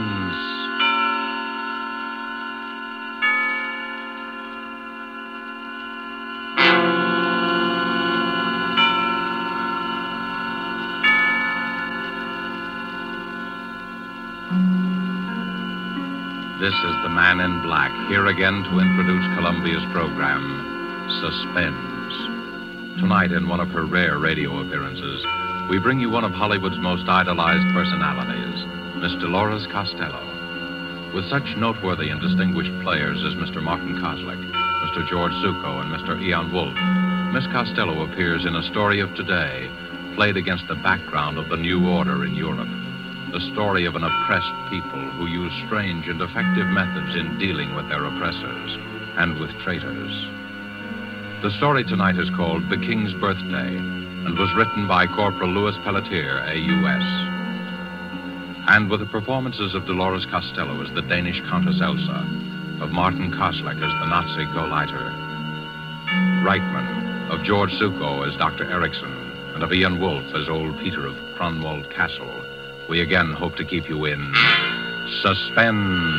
Suspense. This is the man in black, here again to introduce Columbia's program, Suspense. Tonight, in one of her rare radio appearances, we bring you one of Hollywood's most idolized personalities, Miss Dolores Costello. With such noteworthy and distinguished players as Mr. Martin Koslick, Mr. George Suko, and Mr. Eon Wolfe, Miss Costello appears in a story of today, played against the background of the new order in Europe. The story of an oppressed people who use strange and effective methods in dealing with their oppressors and with traitors. The story tonight is called The King's Birthday and was written by Corporal Louis Pelletier, AUS. And with the performances of Dolores Costello as the Danish Countess Elsa, of Martin Koslick as the Nazi Goliter, Reichman, of George Suko as Dr. Erickson, and of Ian Wolfe as old Peter of Cronwald Castle, we again hope to keep you in suspense.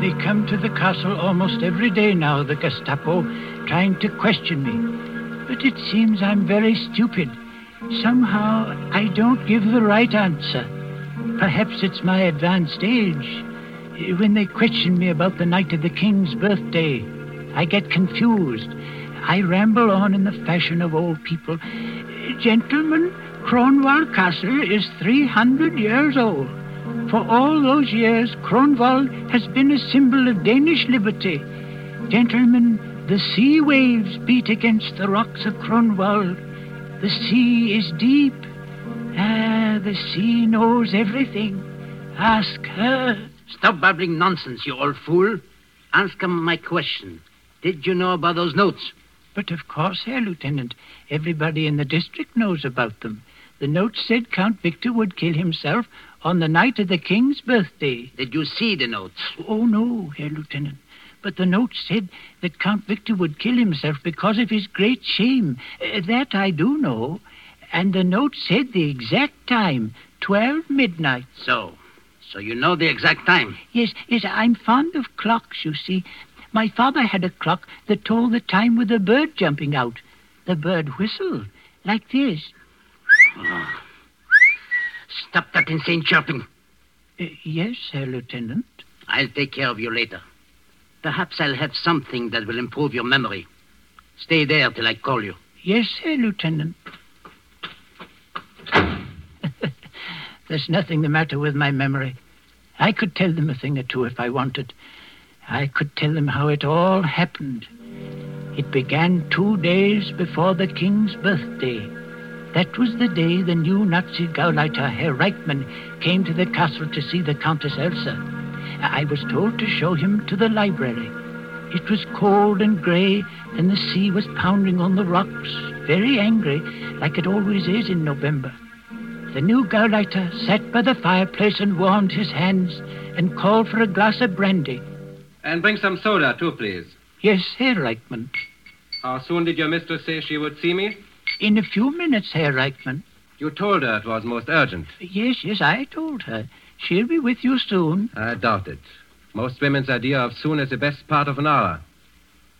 They come to the castle almost every day now, the Gestapo, trying to question me. But it seems I'm very stupid. Somehow I don't give the right answer. Perhaps it's my advanced age. When they question me about the night of the king's birthday, I get confused. I ramble on in the fashion of old people. Gentlemen, Cornwall Castle is 300 years old. For all those years, Kronwald has been a symbol of Danish liberty. Gentlemen, the sea waves beat against the rocks of Kronwald. The sea is deep. Ah, the sea knows everything. Ask her. Stop babbling nonsense, you old fool. Answer my question. Did you know about those notes? But of course, Herr Lieutenant. Everybody in the district knows about them. The note said Count Victor would kill himself on the night of the king's birthday. Did you see the note? Oh, no, Herr Lieutenant. But the note said that Count Victor would kill himself because of his great shame. Uh, that I do know. And the note said the exact time, 12 midnight. So, so you know the exact time? Yes, yes, I'm fond of clocks, you see. My father had a clock that told the time with a bird jumping out. The bird whistled, like this. Oh. Stop that insane chirping. Uh, yes, Herr Lieutenant. I'll take care of you later. Perhaps I'll have something that will improve your memory. Stay there till I call you. Yes, Herr Lieutenant. There's nothing the matter with my memory. I could tell them a thing or two if I wanted. I could tell them how it all happened. It began two days before the king's birthday. That was the day the new Nazi Gauleiter, Herr Reichmann, came to the castle to see the Countess Elsa. I was told to show him to the library. It was cold and grey, and the sea was pounding on the rocks, very angry, like it always is in November. The new Gauleiter sat by the fireplace and warmed his hands and called for a glass of brandy. And bring some soda, too, please. Yes, Herr Reichmann. How soon did your mistress say she would see me? In a few minutes, Herr Reichmann. You told her it was most urgent. Yes, yes, I told her. She'll be with you soon. I doubt it. Most women's idea of soon is the best part of an hour.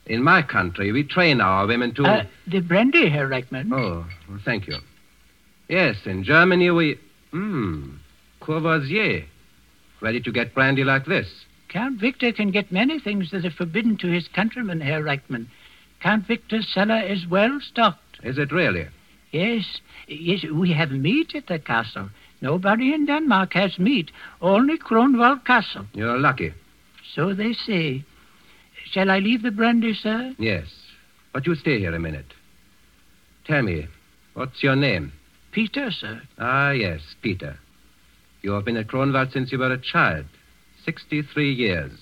In my country, we train our women to. Uh, the brandy, Herr Reichmann. Oh, well, thank you. Yes, in Germany we. Hmm. Courvoisier. Ready to get brandy like this. Count Victor can get many things that are forbidden to his countrymen, Herr Reichmann. Count Victor's cellar is well stocked. Is it really? Yes. Yes, we have meat at the castle. Nobody in Denmark has meat, only Kronwald Castle. You're lucky. So they say. Shall I leave the brandy, sir? Yes. But you stay here a minute. Tell me, what's your name? Peter, sir. Ah, yes, Peter. You have been at Kronwald since you were a child. Sixty-three years.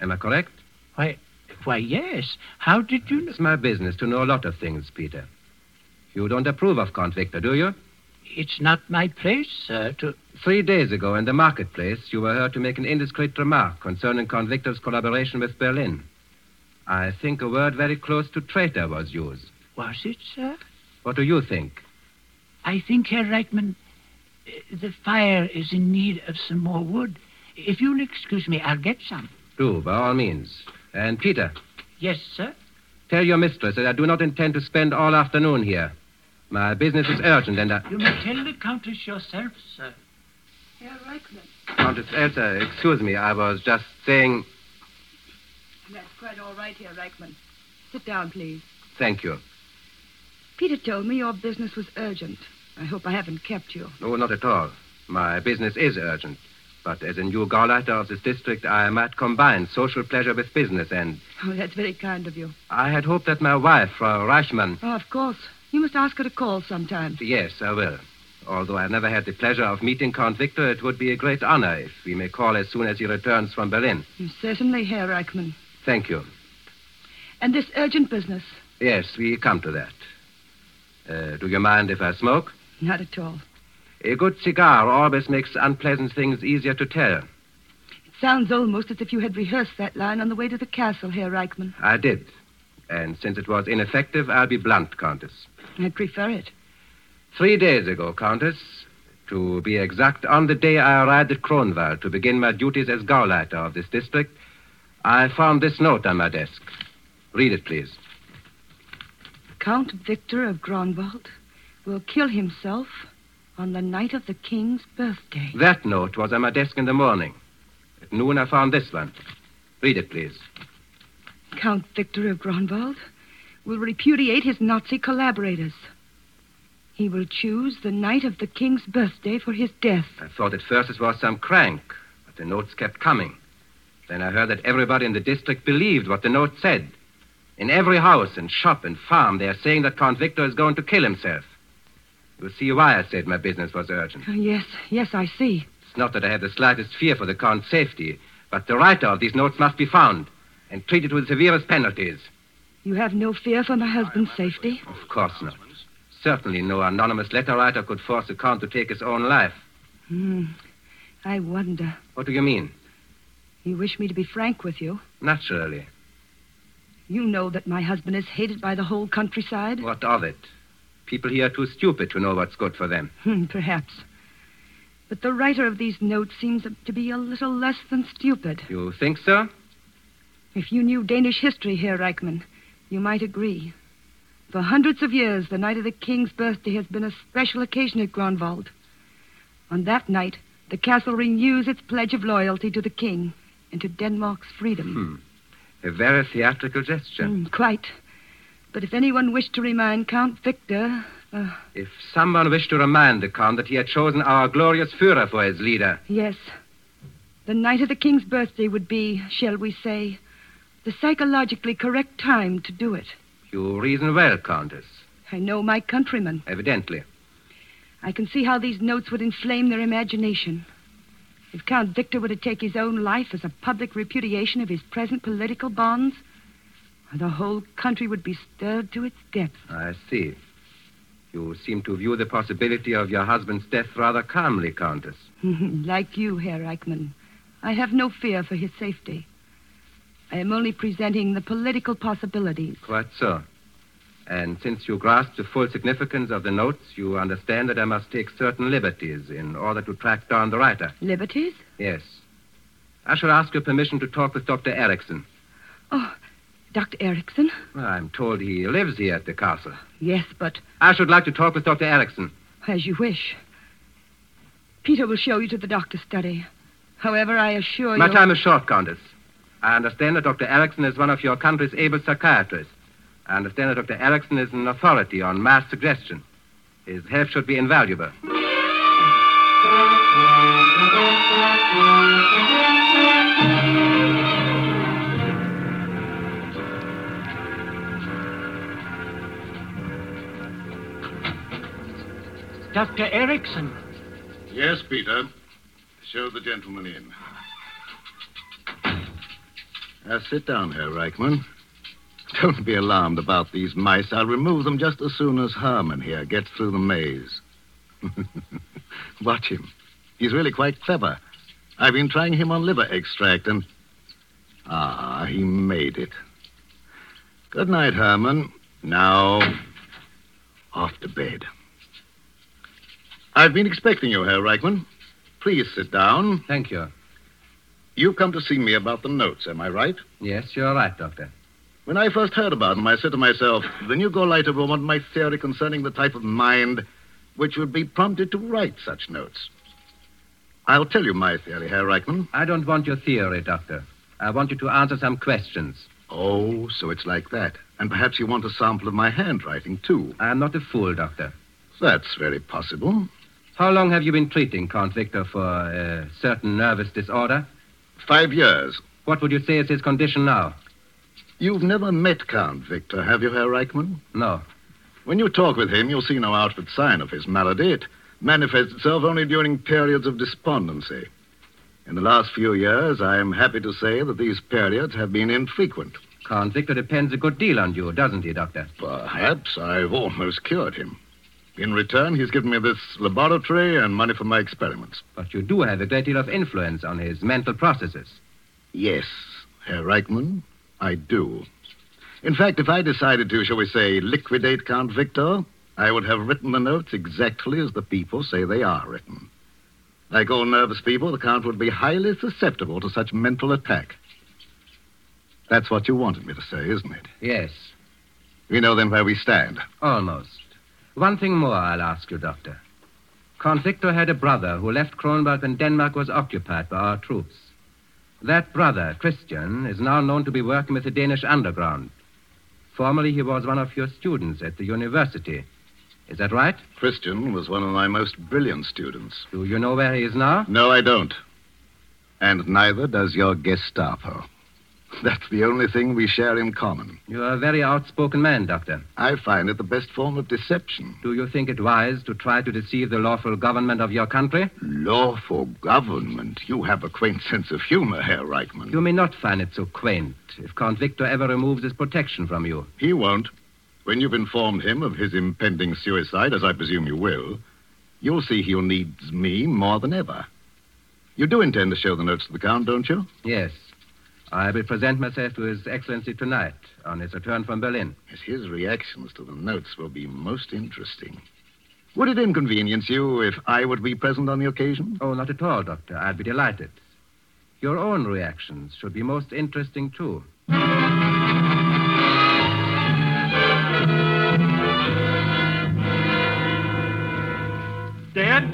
Am I correct? Why, why, yes. How did you know? It's my business to know a lot of things, Peter. You don't approve of Count Victor, do you? It's not my place, sir, to. Three days ago in the marketplace, you were heard to make an indiscreet remark concerning Count Victor's collaboration with Berlin. I think a word very close to traitor was used. Was it, sir? What do you think? I think, Herr Reichman, uh, the fire is in need of some more wood. If you'll excuse me, I'll get some. Do, by all means. And Peter, Yes, sir. tell your mistress that I do not intend to spend all afternoon here. My business is urgent, and I... You may tell the Countess yourself, sir. Herr Reichman. Countess Elsa, excuse me, I was just saying That's quite all right, Herr Reichman. Sit down, please. thank you. Peter told me your business was urgent. I hope I haven't kept you. No, not at all. My business is urgent. But as a new gauleiter of this district, I might combine social pleasure with business, and Oh, that's very kind of you. I had hoped that my wife, Frau Reichmann... Oh, of course. You must ask her to call sometime. Yes, I will. Although I never had the pleasure of meeting Count Victor, it would be a great honor if we may call as soon as he returns from Berlin. Certainly, Herr Reichman. Thank you. And this urgent business? Yes, we come to that. Uh, do you mind if I smoke? Not at all. A good cigar always makes unpleasant things easier to tell. It sounds almost as if you had rehearsed that line on the way to the castle, Herr Reichman. I did. And since it was ineffective, I'll be blunt, Countess. I prefer it. Three days ago, Countess, to be exact, on the day I arrived at Kronwald to begin my duties as Gauleiter of this district, I found this note on my desk. Read it, please. Count Victor of Gronwald will kill himself on the night of the king's birthday. That note was on my desk in the morning. At noon, I found this one. Read it, please. Count Victor of Gronwald will repudiate his Nazi collaborators. He will choose the night of the king's birthday for his death. I thought at first it was some crank, but the notes kept coming. Then I heard that everybody in the district believed what the note said. In every house and shop and farm, they are saying that Count Victor is going to kill himself. You see why I said my business was urgent. Oh, yes, yes, I see. It's not that I have the slightest fear for the Count's safety, but the writer of these notes must be found and treated with the severest penalties. You have no fear for my husband's safety. Of course not. Certainly no anonymous letter writer could force the Count to take his own life. Hmm. I wonder. What do you mean? You wish me to be frank with you. Naturally. You know that my husband is hated by the whole countryside. What of it? People here are too stupid to know what's good for them. Hmm, perhaps. But the writer of these notes seems to be a little less than stupid. You think so? If you knew Danish history, Herr Reichman, you might agree. For hundreds of years, the night of the king's birthday has been a special occasion at Gronwald. On that night, the castle renews its pledge of loyalty to the king and to Denmark's freedom. A very theatrical gesture. Mm, quite. But if anyone wished to remind Count Victor, If someone wished to remind the Count that he had chosen our glorious Führer for his leader, yes, the night of the king's birthday would be, shall we say, the psychologically correct time to do it. you reason well, Countess. I know my countrymen. Evidently. I can see how these notes would inflame their imagination. If Count Victor were to take his own life as a public repudiation of his present political bonds, the whole country would be stirred to its depths. I see. You seem to view the possibility of your husband's death rather calmly, Countess. like you, Herr Eichmann, I have no fear for his safety. I am only presenting the political possibilities. Quite so. And since you grasp the full significance of the notes, you understand that I must take certain liberties in order to track down the writer. Liberties? Yes. I shall ask your permission to talk with Dr. Erickson. Dr. Oh, Erickson? Well, I'm told he lives here at the castle. Yes, but I should like to talk with Dr. Erickson. as you wish. Peter will show you to the doctor's study. However, I assure My you. time is short, Countess. I understand that Dr. Erickson is one of your country's able psychiatrists. I understand that Dr. Erickson is an authority on mass suggestion. His help should be invaluable. Dr. Erickson. Yes, Peter. Show the gentleman in. Now, Uh, sit down, Herr Reichman. Don't be alarmed about these mice. I'll remove them just as soon as Harmon here gets through the maze. Watch him. He's really quite clever. I've been trying him on liver extract, and. Ah, he made it. Good night, Herman. Now, off to bed. I've been expecting you, Herr Reichman. Please sit down. Thank you. You've come to see me about the notes, am I right? Yes, you're right, Doctor. When I first heard about them, I said to myself, the new Goliter will want my theory concerning the type of mind which would be prompted to write such notes. I'll tell you my theory, Herr Reichman. I don't want your theory, Doctor. I want you to answer some questions. Oh, so it's like that. And perhaps you want a sample of my handwriting, too. I'm not a fool, Doctor. That's very possible. How long have you been treating Count Victor for a certain nervous disorder? Five years. What would you say is his condition now? You've never met Count Victor, have you, Herr Reichman? No. When you talk with him, you'll see no outward sign of his malady. It manifests itself only during periods of despondency. In the last few years, I am happy to say that these periods have been infrequent. Count Victor depends a good deal on you, doesn't he, Doctor? Perhaps I've almost cured him. In return, he's given me this laboratory and money for my experiments. But you do have a great deal of influence on his mental processes. Yes, Herr Reichman, I do. In fact, if I decided to, shall we say, liquidate Count Victor, I would have written the notes exactly as the people say they are written. Like all nervous people, the Count would be highly susceptible to such mental attack. That's what you wanted me to say, isn't it? Yes, We know then where we stand. almost. One thing more I'll ask you, Doctor. Count Victor had a brother who left Kronberg when Denmark was occupied by our troops. That brother, Christian, is now known to be working with the Danish underground. Formerly, he was one of your students at the university. Is that right? Christian was one of my most brilliant students. Do you know where he is now? No, I don't. And neither does your Gestapo. That's the only thing we share in common. You are a very outspoken man, Doctor. I find it the best form of deception. Do you think it wise to try to deceive the lawful government of your country? Lawful government. You have a quaint sense of humor, Herr Reichman. You may not find it so quaint if Count Victor ever removes his protection from you. He won't. When you've informed him of his impending suicide, as I presume you will, you'll see he needs me more than ever. You do intend to show the notes to the Count, don't you? Yes. I will present myself to His Excellency tonight on his return from Berlin. Yes, his reactions to the notes will be most interesting. Would it inconvenience you if I would be present on the occasion? Oh, not at all, Doctor. I'd be delighted. Your own reactions should be most interesting, too. Dead?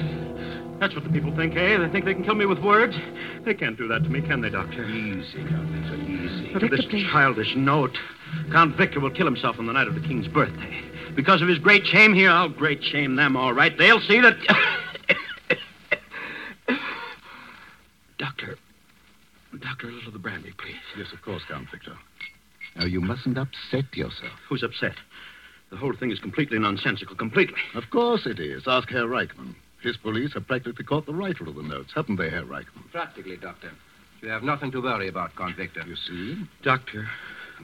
That's what the people think, eh? They think they can kill me with words. They can't do that to me, can they, Doctor? Easy, Count Victor, easy. Look at this childish note. Count Victor will kill himself on the night of the king's birthday. Because of his great shame here, I'll great shame them, all right. They'll see that. Doctor. Doctor, a little of the brandy, please. Yes, of course, Count Victor. Now, you mustn't upset yourself. Who's upset? The whole thing is completely nonsensical, completely. Of course it is. Ask Herr Reichman. His police have practically caught the writer of the notes, haven't they, Herr Reichman? Practically, Doctor. You have nothing to worry about, Count Victor. You see? Doctor,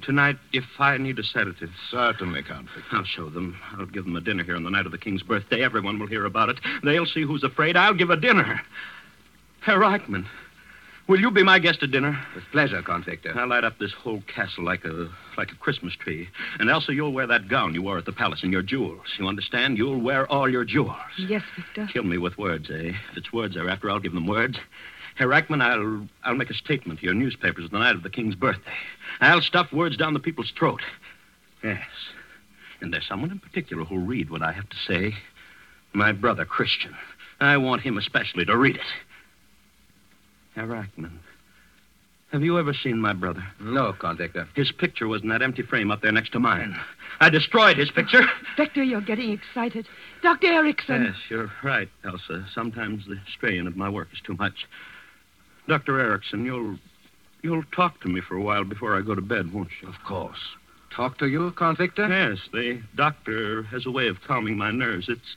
tonight, if I need a sedative, Certainly, Count Victor. I'll show them. I'll give them a dinner here on the night of the king's birthday. Everyone will hear about it. They'll see who's afraid. I'll give a dinner. Herr Reichman, will you be my guest at dinner? With pleasure, Count Victor. I'll light up this whole castle like a like a Christmas tree. And Elsa, you'll wear that gown you wore at the palace and your jewels. You understand? You'll wear all your jewels. Yes, Victor. Kill me with words, eh? If it's words they're after, I'll give them words. Herr Reichman, I'll I'll make a statement to your newspapers the night of the king's birthday. I'll stuff words down the people's throat. Yes. And there's someone in particular who'll read what I have to say. My brother, Christian. I want him especially to read it. Herr Reichman, have you ever seen my brother? No, Count Victor. His picture was in that empty frame up there next to mine. I destroyed his picture. Victor, you're getting excited. Dr. Erickson. Yes, you're right, Elsa. Sometimes the strain of my work is too much. Dr. Erickson, you'll you'll talk to me for a while before I go to bed, won't you? Of course. Talk to you, Count Victor? Yes, the doctor has a way of calming my nerves. It's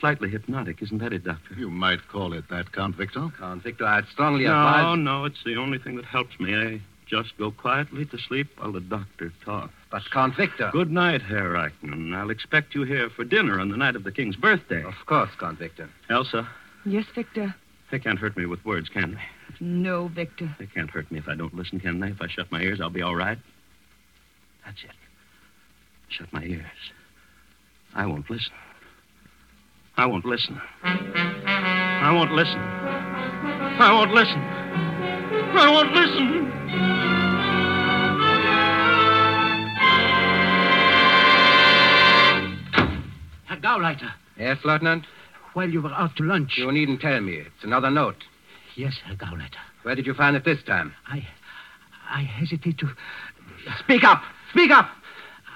slightly hypnotic, isn't that it, Doctor? You might call it that, Count Victor. Count Victor, I'd strongly No, advise. no, it's the only thing that helps me. I just go quietly to sleep while the doctor talks. But Count Victor. Good night, Herr Reichman. I'll expect you here for dinner on the night of the king's birthday. Of course, Count Victor. Elsa, Yes, Victor. they can't hurt me with words, can they? No, Victor. They can't hurt me if I don't listen, can they? If I shut my ears, I'll be all right. That's it. Shut my ears. I won't listen. I won't listen. I won't listen. I won't listen. I won't listen. Herr Gauleiter, Yes, Lieutenant? while you were out to lunch. You needn't tell me. It's another note. Yes, Herr Gauleiter. Where did you find it this time? I. I hesitate to. Speak up! Speak up!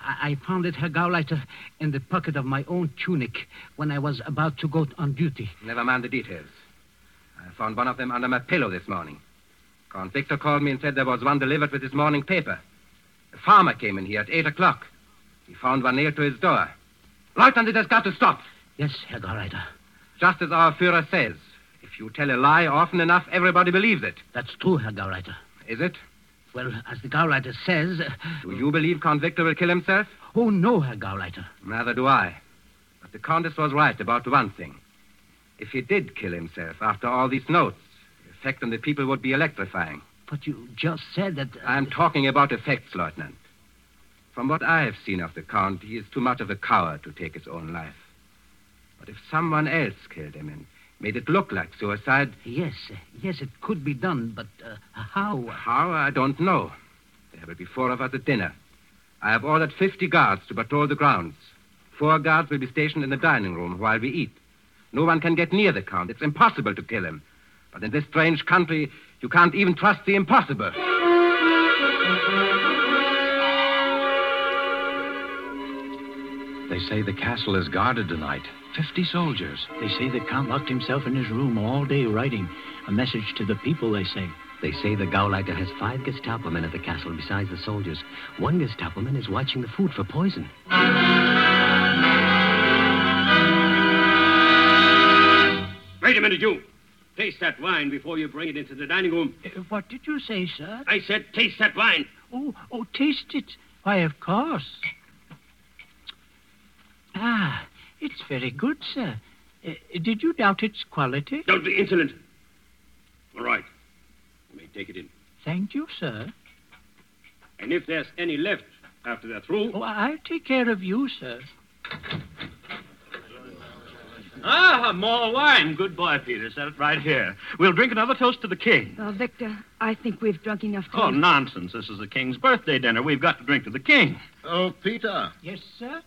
I, I found it, Herr Gauleiter, in the pocket of my own tunic when I was about to go on duty. Never mind the details. I found one of them under my pillow this morning. Count Victor called me and said there was one delivered with his morning paper. A farmer came in here at 8 o'clock. He found one nailed to his door. Lieutenant, it has got to stop. Yes, Herr Gauleiter. Just as our Führer says, if you tell a lie often enough, everybody believes it. That's true, Herr Gauleiter. Is it? Well, as the Gauleiter says. uh, Do you believe Count Victor will kill himself? Oh, no, Herr Gauleiter. Neither do I. But the Countess was right about one thing. If he did kill himself after all these notes, the effect on the people would be electrifying. But you just said that. uh, I'm talking about effects, Lieutenant. From what I have seen of the Count, he is too much of a coward to take his own life. But if someone else killed him and made it look like suicide, Yes, uh, yes, it could be done, but uh, how? how, I don't know. There will be four of us at dinner. I have ordered 50 guards to patrol the grounds. Four guards will be stationed in the dining room while we eat. No one can get near the Count. It's impossible to kill him. But in this strange country, you can't even trust the impossible. They say the castle is guarded tonight. Fifty soldiers. They say the Count locked himself in his room all day writing. A message to the people, they say. They say the Gauleiter has five Gestapo men at the castle besides the soldiers. One Gestapo man is watching the food for poison. Wait a minute, you. Taste that wine before you bring it into the dining room. Uh, What did you say, sir? I said, taste that wine. Oh, oh, taste it. Why, of course. Ah, it's very good, sir. Uh, did you doubt its quality? Don't be insolent. All right. You may take it in. Thank you, sir. And if there's any left after they're through. Oh, I'll take care of you, sir. Ah, more wine. Good boy, Peter. Set it right here. We'll drink another toast to the king. Now, Uh, Victor, I think we've drunk enough to. Oh, nonsense. This is the king's birthday dinner. We've got to drink to the king. Oh, Peter, Yes, sir.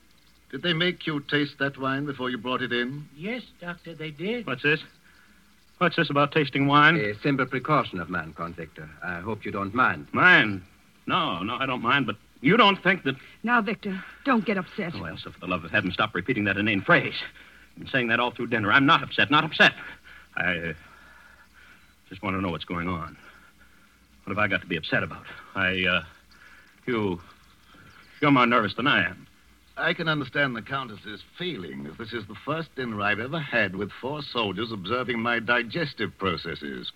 did they make you taste that wine before you brought it in? Yes, doctor, they did. What's this? What's this about tasting wine? A simple precaution of mine, Count Victor. I hope you don't mind. Mine. No, no, I don't mind, but you don't think that. Now, Victor, don't get upset. Oh, Elsa, for the love of heaven, stop repeating that inane phrase. I've been saying that all through dinner. I'm not upset, not upset. I uh, just want to know what's going on. What have I got to be upset about? I, uh, you, you're more nervous than I am. I can understand the Countess's feelings. This is the first dinner I've ever had with four soldiers observing my digestive processes.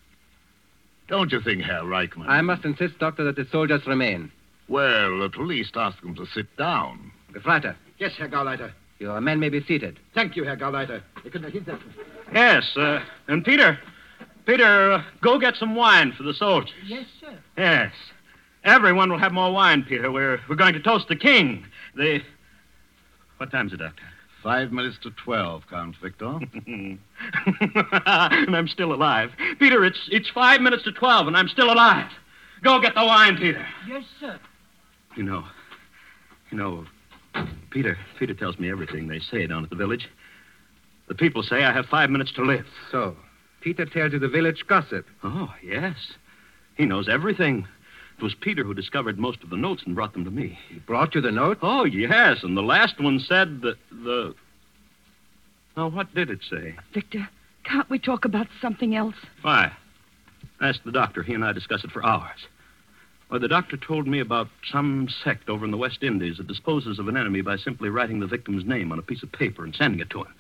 Don't you think, Herr Reichman? I must insist, Doctor, that the soldiers remain. Well, at least ask them to sit down. Gefreiter, Yes, Herr Gauleiter. your men may be seated. Thank you, Herr Gauleiter. I couldn't have that. Yes, uh, and Peter, Peter, uh, go get some wine for the soldiers. Yes, sir. Yes. Everyone will have more wine, Peter. We're, we're going to toast the king. The. What time's it, Doctor? Five minutes to twelve, Count Victor. and I'm still alive. Peter, it's, it's five minutes to twelve, and I'm still alive. Go get the wine, Peter. Yes, sir. You know, you know, Peter, Peter tells me everything they say down at the village. The people say I have five minutes to live. So, Peter tells you the village gossip. Oh, yes. He knows everything. It was Peter who discovered most of the notes and brought them to me. He brought you the note? Oh, yes, and the last one said that the. Now, what did it say? Victor, can't we talk about something else? Why? Ask the doctor. He and I discussed it for hours. Well, the doctor told me about some sect over in the West Indies that disposes of an enemy by simply writing the victim's name on a piece of paper and sending it to him.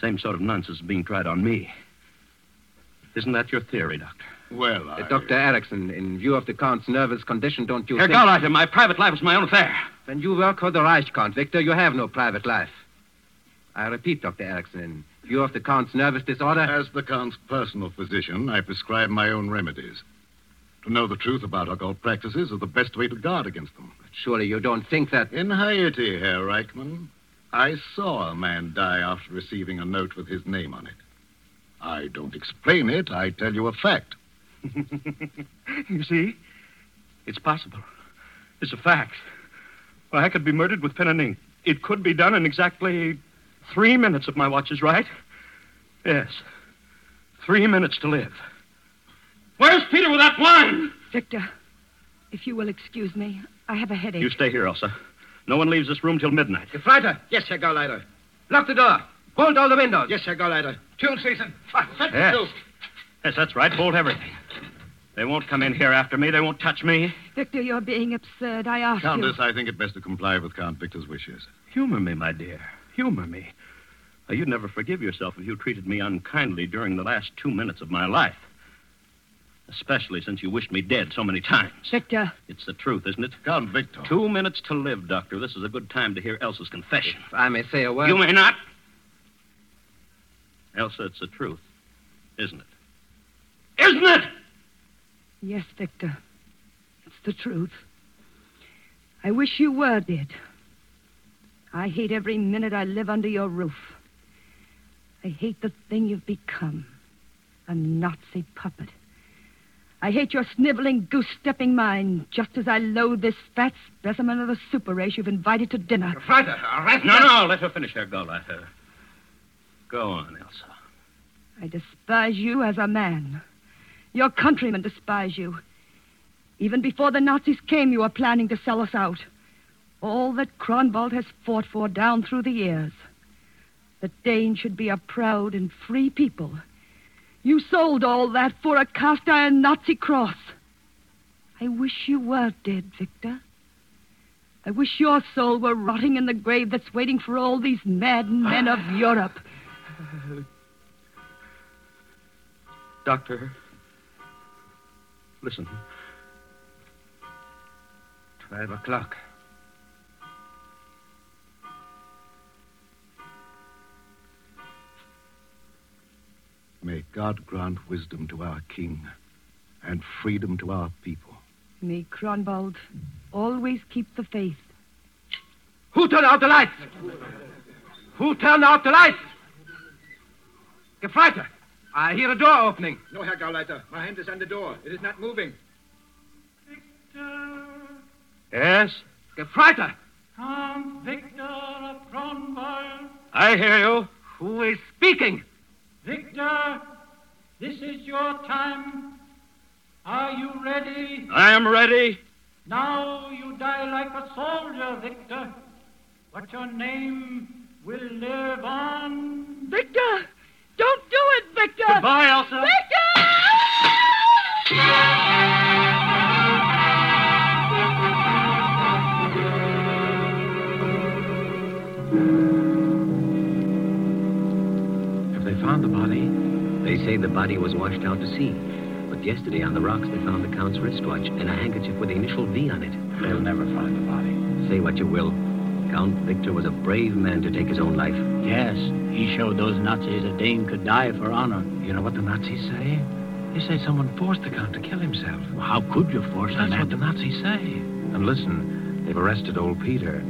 Same sort of nonsense is being tried on me. Isn't that your theory, Doctor? Well, I... Uh, Dr. Erickson, in view of the Count's nervous condition, don't you Herr think... Gauleiter, my private life is my own affair. When you work for the Reich, Count Victor, you have no private life. I repeat, Dr. Erickson, in view of the Count's nervous disorder... As the Count's personal physician, I prescribe my own remedies. To know the truth about occult practices is the best way to guard against them. Surely you don't think that... In Haiti, Herr Reichman. I saw a man die after receiving a note with his name on it. I don't explain it. I tell you a fact. you see? It's possible. It's a fact. Well, I could be murdered with pen and ink. It could be done in exactly three minutes if my watch is right. Yes. Three minutes to live. Where's Peter with that wine? Victor, if you will excuse me, I have a headache. You stay here, Elsa. No one leaves this room till midnight. Gefreiter. Yes, Herr Gauleiter. Lock the door. Bolt all the windows. Yes, Herr Gauleiter. Tune, Susan. Yes. yes, that's right. Bolt everything. They won't come in here after me. They won't touch me. Victor, you're being absurd. I ask Countess, you. I think it best to comply with Count Victor's wishes. Humor me, my dear. Humor me. Uh, You'd never forgive yourself if you treated me unkindly during the last two minutes of my life. Especially since you wished me dead so many times. Victor, It's the truth, isn't it? Count Victor. Two minutes to live, Doctor. This is a good time to hear Elsa's confession. If I may say a word. You may not. Elsa, it's the truth, isn't it? Isn't it? yes, Victor. It's the truth. I wish you were dead. I hate every minute I live under your roof. I hate the thing you've become a Nazi puppet. I hate your sniveling, goose stepping mind, just as I loathe this fat specimen of the super race you've invited to dinner. Gefreiter, arrest No, him. no, let her finish her go, let her. Go on, Elsa. I despise you as a man. Your countrymen despise you. Even before the Nazis came, you were planning to sell us out. All that Kronwald has fought for down through the years. The Danes should be a proud and free people. You sold all that for a cast iron Nazi cross. I wish you were dead, Victor. I wish your soul were rotting in the grave that's waiting for all these mad men of Europe. Doctor, listen. Twelve o'clock. May God grant wisdom to our king and freedom to our people. May Kronwald always keep the faith. Who turned out the lights? Who turned out the lights? Gefreiter, I hear a door opening. No, Herr Gauleiter. My hand is on the door. It is not moving. Yes? Gefreiter, Count Victor of Kronwald. I hear you. who is speaking? Victor, this is your time. Are you ready? I am ready. Now you die like a soldier, Victor. But your name will live on. Victor! Don't do it, Victor! Goodbye, Elsa. Have they found the body? They say the body was washed out to sea. But yesterday on the rocks they found the Count's wristwatch and a handkerchief with the initial V on it. They'll never find the body. Say what you will. Count Victor was a brave man to take his own life. Yes, he showed those Nazis a Dane could die for honor. You know what the Nazis say? They say someone forced the Count to kill himself. Well, how could you force That's what the Nazis say. And listen, they've arrested old Peter.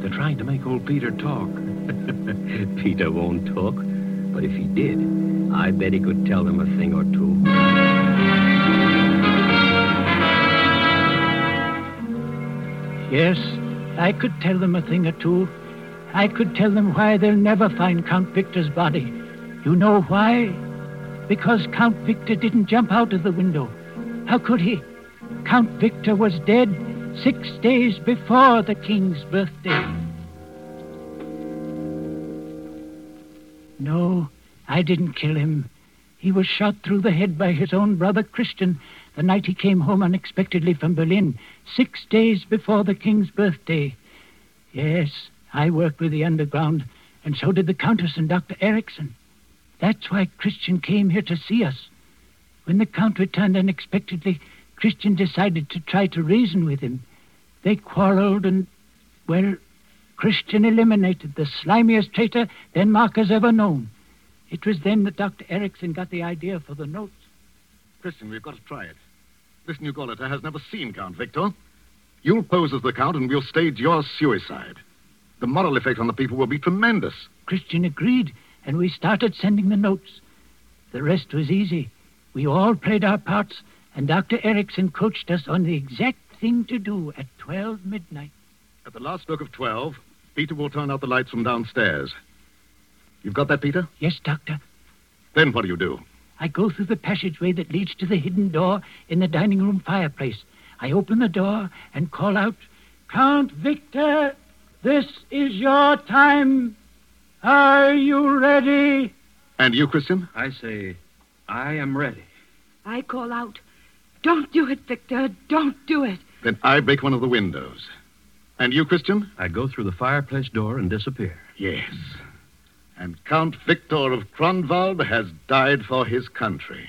They're trying to make old Peter talk. Peter won't talk, but if he did, I bet he could tell them a thing or two. Yes, I could tell them a thing or two. I could tell them why they'll never find Count Victor's body. You know why? Because Count Victor didn't jump out of the window. How could he? Count Victor was dead six days before the king's birthday. No, I didn't kill him. He was shot through the head by his own brother Christian the night he came home unexpectedly from Berlin, six days before the king's birthday. Yes, I worked with the underground, and so did the countess and Dr. Erickson. That's why Christian came here to see us. When the count returned unexpectedly, Christian decided to try to reason with him. They quarreled and, well, Christian eliminated the slimiest traitor Denmark has ever known. It was then that Dr. Erickson got the idea for the notes. Christian, we've got to try it. This new Gauleiter has never seen Count Victor. You'll pose as the Count, and we'll stage your suicide. The moral effect on the people will be tremendous. Christian agreed, and we started sending the notes. The rest was easy. We all played our parts, and Dr. Erickson coached us on the exact thing to do at 12 midnight. At the last stroke of 12, Peter will turn out the lights from downstairs. You've got that, Peter? Yes, Doctor. Then what do you do? I go through the passageway that leads to the hidden door in the dining room fireplace. I open the door and call out, Count Victor, this is your time. Are you ready? And you, Christian? I say, I am ready. I call out, Don't do it, Victor. Don't do it. Then I break one of the windows. And you, Christian? I go through the fireplace door and disappear. Yes. And Count Victor of Kronwald has died for his country.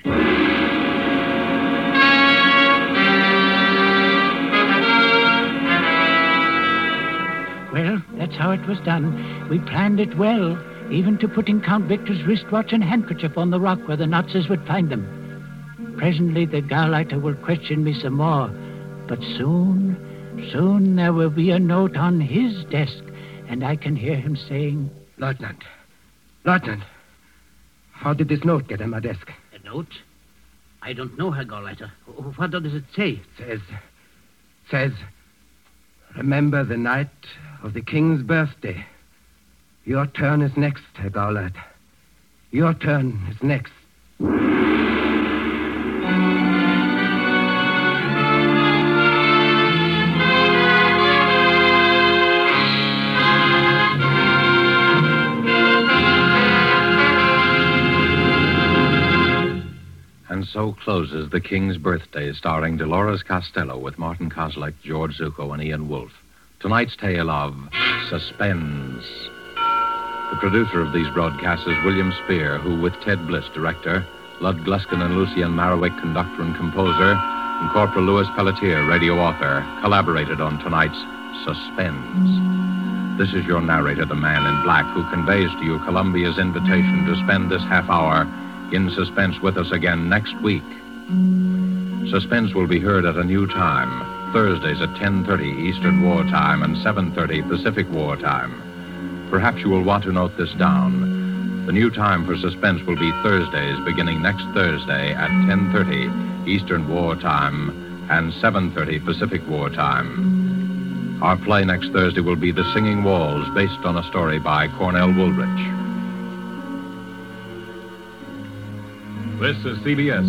Well, that's how it was done. We planned it well, even to putting Count Victor's wristwatch and handkerchief on the rock where the Nazis would find them. Presently, the Gauleiter will question me some more, but soon, soon there will be a note on his desk, and I can hear him saying, Lieutenant. Lieutenant. How did this note get on my desk? A note? I don't know, Herr Gauleiter. Wh- What does it say? Says. Says. Remember the night of the king's birthday. Your turn is next, Herr Gauleiter. Your turn is next. And so closes The King's Birthday, starring Dolores Costello with Martin Koslek, George Zuko, and Ian Wolfe. Tonight's tale of suspense. The producer of these broadcasts is William Spear, who, with Ted Bliss, director, Lud Gluskin and Lucien Marowick, conductor and composer, and Corporal Louis Pelletier, radio author, collaborated on tonight's Suspense. This is your narrator, the man in black, who conveys to you Columbia's invitation to spend this half hour in suspense with us again next week. Suspense will be heard at a new time, Thursdays at 10:30 Eastern War Time and 7:30 Pacific War Time. Perhaps you will want to note this down. The new time for suspense will be Thursdays beginning next Thursday at 10:30 Eastern War Time and 7:30 Pacific War Time. Our play next Thursday will be The Singing Walls, based on a story by Cornell Woolrich. This is CBS,